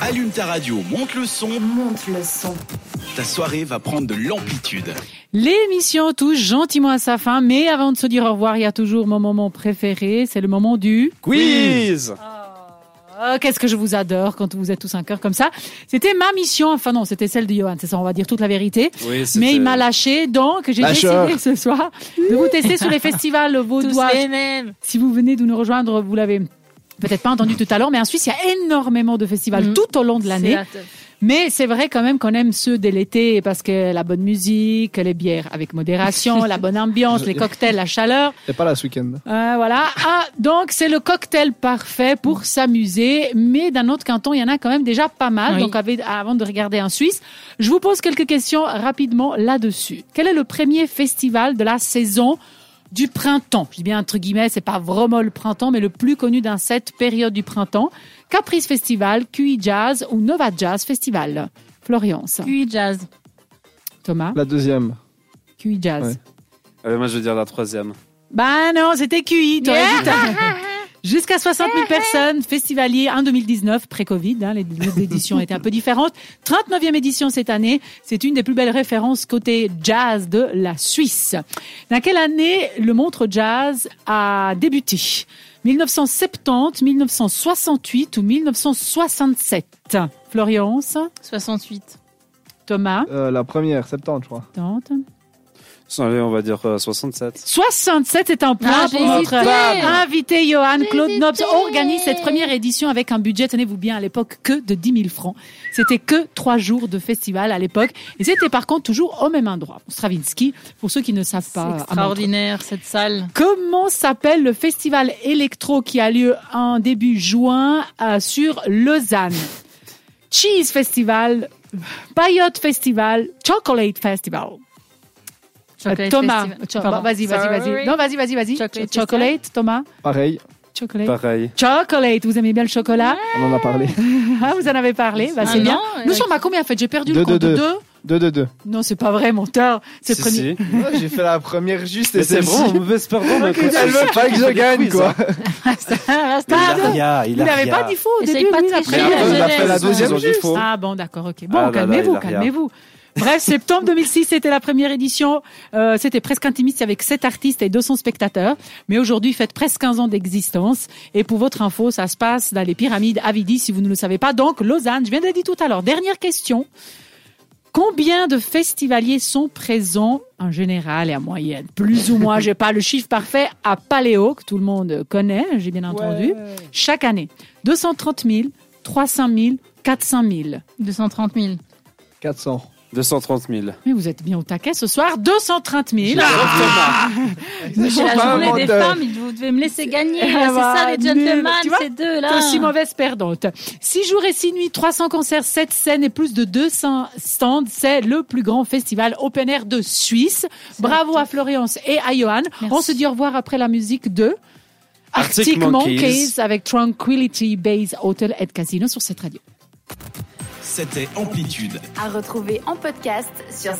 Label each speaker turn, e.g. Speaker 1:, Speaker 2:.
Speaker 1: Allume ta radio, monte le son,
Speaker 2: Monte le son.
Speaker 1: ta soirée va prendre de l'amplitude.
Speaker 3: L'émission touche gentiment à sa fin, mais avant de se dire au revoir, il y a toujours mon moment préféré, c'est le moment du...
Speaker 4: Quiz
Speaker 3: Ah. Oh, qu'est-ce que je vous adore quand vous êtes tous un cœur comme ça. C'était ma mission, enfin non, c'était celle de Johan, c'est ça, on va dire toute la vérité.
Speaker 4: Oui,
Speaker 3: Mais
Speaker 4: c'était-
Speaker 3: il m'a lâché, donc j'ai
Speaker 4: euh, Lâcheur.
Speaker 3: décidé ce soir de vous tester sur les festivals vaudois.
Speaker 5: mêmes.
Speaker 3: Si vous venez de nous rejoindre, vous l'avez peut-être pas entendu tout à l'heure, mais en Suisse, il y a énormément de festivals
Speaker 5: Mhm.
Speaker 3: tout au long de l'année. Mais c'est vrai quand même qu'on aime ceux de l'été parce que la bonne musique, les bières avec modération, la bonne ambiance, les cocktails, la chaleur.
Speaker 4: Et pas là ce week-end.
Speaker 3: Euh, voilà. Ah, donc c'est le cocktail parfait pour s'amuser. Mais d'un autre canton, il y en a quand même déjà pas mal.
Speaker 5: Oui.
Speaker 3: Donc avec- avant de regarder un Suisse, je vous pose quelques questions rapidement là-dessus. Quel est le premier festival de la saison du printemps Je dis bien entre guillemets, c'est pas vraiment le printemps, mais le plus connu dans cette période du printemps. Caprice Festival, QI Jazz ou Nova Jazz Festival. Florence,
Speaker 5: QI Jazz.
Speaker 3: Thomas,
Speaker 4: La deuxième.
Speaker 3: QI Jazz.
Speaker 4: Ouais. Euh, moi, je veux dire la troisième.
Speaker 3: Bah non, c'était QI. t'aurais dû t'arrêter. Jusqu'à 60 000 personnes, festivalier en 2019, pré-Covid, hein, les deux éditions étaient un peu différentes. 39e édition cette année, c'est une des plus belles références côté jazz de la Suisse. Dans quelle année le montre jazz a débuté 1970, 1968 ou 1967 Florence,
Speaker 5: 68.
Speaker 3: Thomas,
Speaker 4: Euh, la première, septembre, je crois.
Speaker 3: tente.
Speaker 6: Allez, on va dire euh, 67.
Speaker 3: 67, c'est un plein
Speaker 5: Ah,
Speaker 3: pour
Speaker 5: j'ai
Speaker 3: notre
Speaker 5: hésité.
Speaker 3: invité Johan Claude
Speaker 5: hésité.
Speaker 3: Nobs organise cette première édition avec un budget, tenez-vous bien, à l'époque que de 10 000 francs. C'était que trois jours de festival à l'époque. Et c'était par contre toujours au même endroit. Stravinsky, pour ceux qui ne savent
Speaker 5: C'est
Speaker 3: pas. à Montreux.
Speaker 5: extraordinaire cette salle.
Speaker 3: Comment s'appelle le festival électro qui a lieu en début juin euh, sur Lausanne Cheese Festival, Payotte Festival, Chocolate Festival. Euh,
Speaker 5: Chocolate
Speaker 3: Thomas,
Speaker 5: Festival.
Speaker 3: Cho-
Speaker 5: Pardon.
Speaker 3: vas-y, vas-y, vas-y.
Speaker 5: Sorry.
Speaker 3: Non, vas-y, vas-y, vas-y.
Speaker 5: Chocolate
Speaker 3: Chocolate, Thomas.
Speaker 4: Pareil,
Speaker 3: Chocolate.
Speaker 6: Pareil.
Speaker 3: Chocolate, vous aimez bien le chocolat
Speaker 4: on en a parlé.
Speaker 3: Ah, Vous en avez parlé, bah,
Speaker 5: Ah
Speaker 3: c'est
Speaker 5: non,
Speaker 3: bien.
Speaker 5: euh,
Speaker 3: Nous sommes à combien en fait J'ai perdu le
Speaker 4: Deux,
Speaker 3: compte.
Speaker 4: deux, deux.
Speaker 3: Deux
Speaker 4: Deux, deux, deux.
Speaker 3: Non, c'est pas vrai, menteur. C'est
Speaker 6: Si,
Speaker 3: premier.
Speaker 6: si.
Speaker 4: Ouais, J'ai fait la première juste et
Speaker 6: Mais c'est
Speaker 4: celle-ci.
Speaker 6: vraiment mauvaise pardon. mais quand
Speaker 4: Elle
Speaker 6: tu-
Speaker 4: veut pas que je gagne,
Speaker 6: quiz,
Speaker 4: quoi.
Speaker 3: Rasta, deux. Ah, Vous n'avez pas dit faux au
Speaker 5: Essaye
Speaker 3: début,
Speaker 5: pas de
Speaker 3: lui, il a
Speaker 5: tricher, Mais
Speaker 3: pris la
Speaker 5: on l'a
Speaker 3: jeunesse.
Speaker 4: fait la deuxième
Speaker 6: Ils ont dit
Speaker 3: Juste.
Speaker 6: faux.
Speaker 3: Ah bon, d'accord, ok. Bon,
Speaker 6: Ah là là,
Speaker 3: calmez-vous,
Speaker 6: il a rien.
Speaker 3: calmez-vous. Bref, septembre 2006, c'était la première édition. Euh, c'était presque intimiste avec 7 artistes et 200 spectateurs. Mais aujourd'hui, faites presque 15 ans d'existence. Et pour votre info, ça se passe dans les pyramides Avidi, si vous ne le savez pas. Donc, Lausanne, je viens de le dire tout à l'heure. Dernière question. Combien de festivaliers sont présents en général et en moyenne Plus ou moins, j'ai pas le chiffre parfait à Paléo, que tout le monde connaît, j'ai bien entendu, chaque année. 230 000, 300 000, 400 000.
Speaker 5: 230 000.
Speaker 4: 400.
Speaker 6: 230 000.
Speaker 3: Mais vous êtes bien au taquet ce soir, 230 000.
Speaker 5: C'est la
Speaker 4: Pas un
Speaker 5: journée des
Speaker 4: menteur.
Speaker 5: femmes, il- vous devez me laisser gagner.
Speaker 3: Eh
Speaker 5: là, C'est
Speaker 3: bah,
Speaker 5: ça les
Speaker 3: nul.
Speaker 5: gentlemen,
Speaker 3: Tu vois,
Speaker 5: ces deux-là.
Speaker 3: T'es Ah, aussi mauvaise perdante. 6 jours et 6 nuits, 300 concerts, 7 scènes et plus de 200 stands. C'est le plus grand festival open air de Suisse. Bravo à Florence et à Johan.
Speaker 5: Merci.
Speaker 3: On se dit au revoir après la musique de
Speaker 6: Arctic
Speaker 3: Arctic Monkeys,
Speaker 6: Monkeys.
Speaker 3: avec Tranquility Base Hotel et Casino sur cette radio.
Speaker 1: C'était Amplitude.
Speaker 2: À retrouver en podcast sur